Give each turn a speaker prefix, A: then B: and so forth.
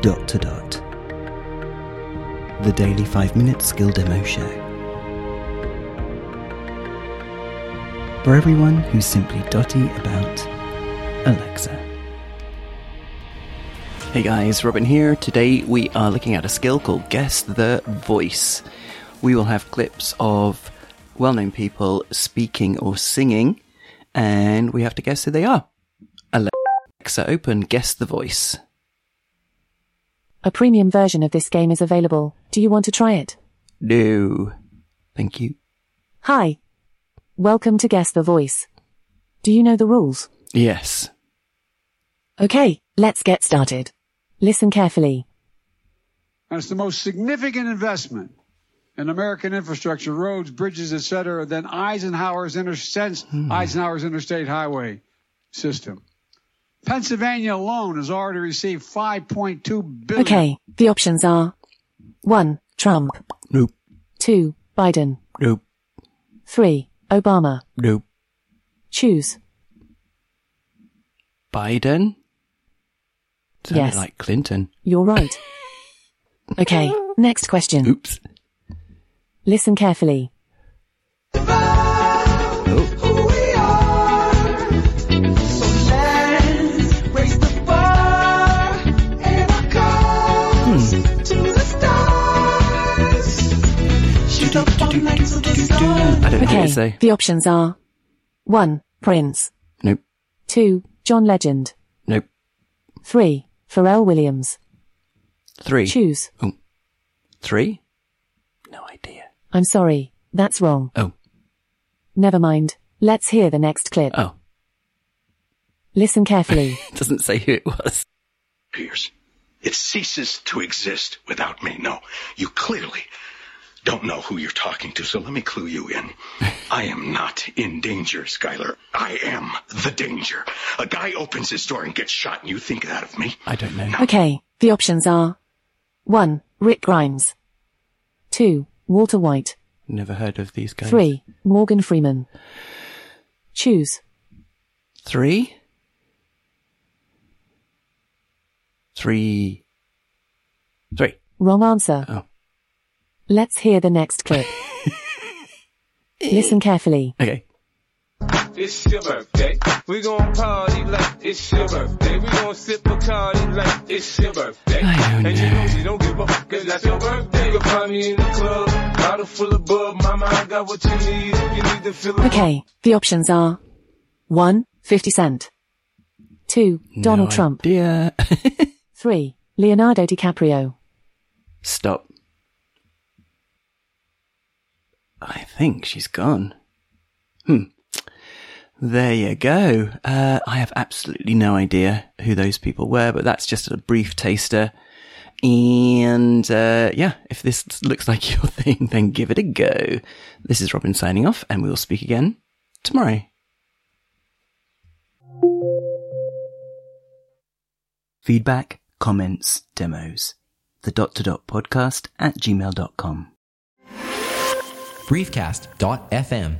A: dot to dot. The Daily 5 Minute Skill Demo Show. For everyone who's simply dotty about Alexa.
B: Hey guys, Robin here. Today we are looking at a skill called Guess the Voice. We will have clips of well known people speaking or singing, and we have to guess who they are. Alexa, open Guess the Voice.
C: A premium version of this game is available. Do you want to try it?
B: No. Thank you.
C: Hi. Welcome to Guess the Voice. Do you know the rules?
B: Yes.
C: Okay, let's get started. Listen carefully.
D: And it's the most significant investment in American infrastructure, roads, bridges, et cetera, than Eisenhower's inter- since Eisenhower's interstate highway system. Pennsylvania alone has already received 5.2 billion.
C: Okay, the options are 1. Trump.
B: Nope.
C: 2. Biden.
B: Nope.
C: 3. Obama.
B: Nope.
C: Choose.
B: Biden? Sounded
C: Yes.
B: like Clinton.
C: You're right. Okay, next question.
B: Oops.
C: Listen carefully.
B: I don't know what
C: Okay,
B: to say.
C: the options are 1. Prince.
B: Nope.
C: 2. John Legend.
B: Nope.
C: 3. Pharrell Williams.
B: Three.
C: Choose.
B: Oh. Three? No idea.
C: I'm sorry, that's wrong.
B: Oh.
C: Never mind. Let's hear the next clip.
B: Oh.
C: Listen carefully.
B: It doesn't say who it was.
E: disappears. It ceases to exist without me. No, you clearly don't know who you're talking to, so let me clue you in. I am not in danger, Skylar. I am the danger. A guy opens his door and gets shot, and you think that of me?
B: I don't know.
C: Okay, the options are 1. Rick Grimes. 2. Walter White.
B: Never heard of these guys.
C: 3. Morgan Freeman. Choose.
B: Three? Three. Three.
C: Wrong answer.
B: Oh.
C: Let's hear the next clip. Listen carefully.
B: Okay.
F: It's your birthday. We gon' party like it's your birthday. We gon' sip a card like it's your birthday.
B: I don't
F: and you
B: know.
F: know you don't give a fuck cause that's your birthday. You'll find me in the club. Bottle full of bub. Mama, I got what you need. If you need to fill it up.
C: Okay, the options are 1. 50 Cent. 2. Donald Trump.
B: Yeah.
C: 3. Leonardo DiCaprio.
B: Stop. I think she's gone. Hmm. There you go. Uh, I have absolutely no idea who those people were, but that's just a brief taster. And uh, yeah, if this looks like your thing, then give it a go. This is Robin signing off, and we will speak again tomorrow.
A: Feedback, comments, demos. The dot to dot podcast at gmail.com.
G: briefcast.fm.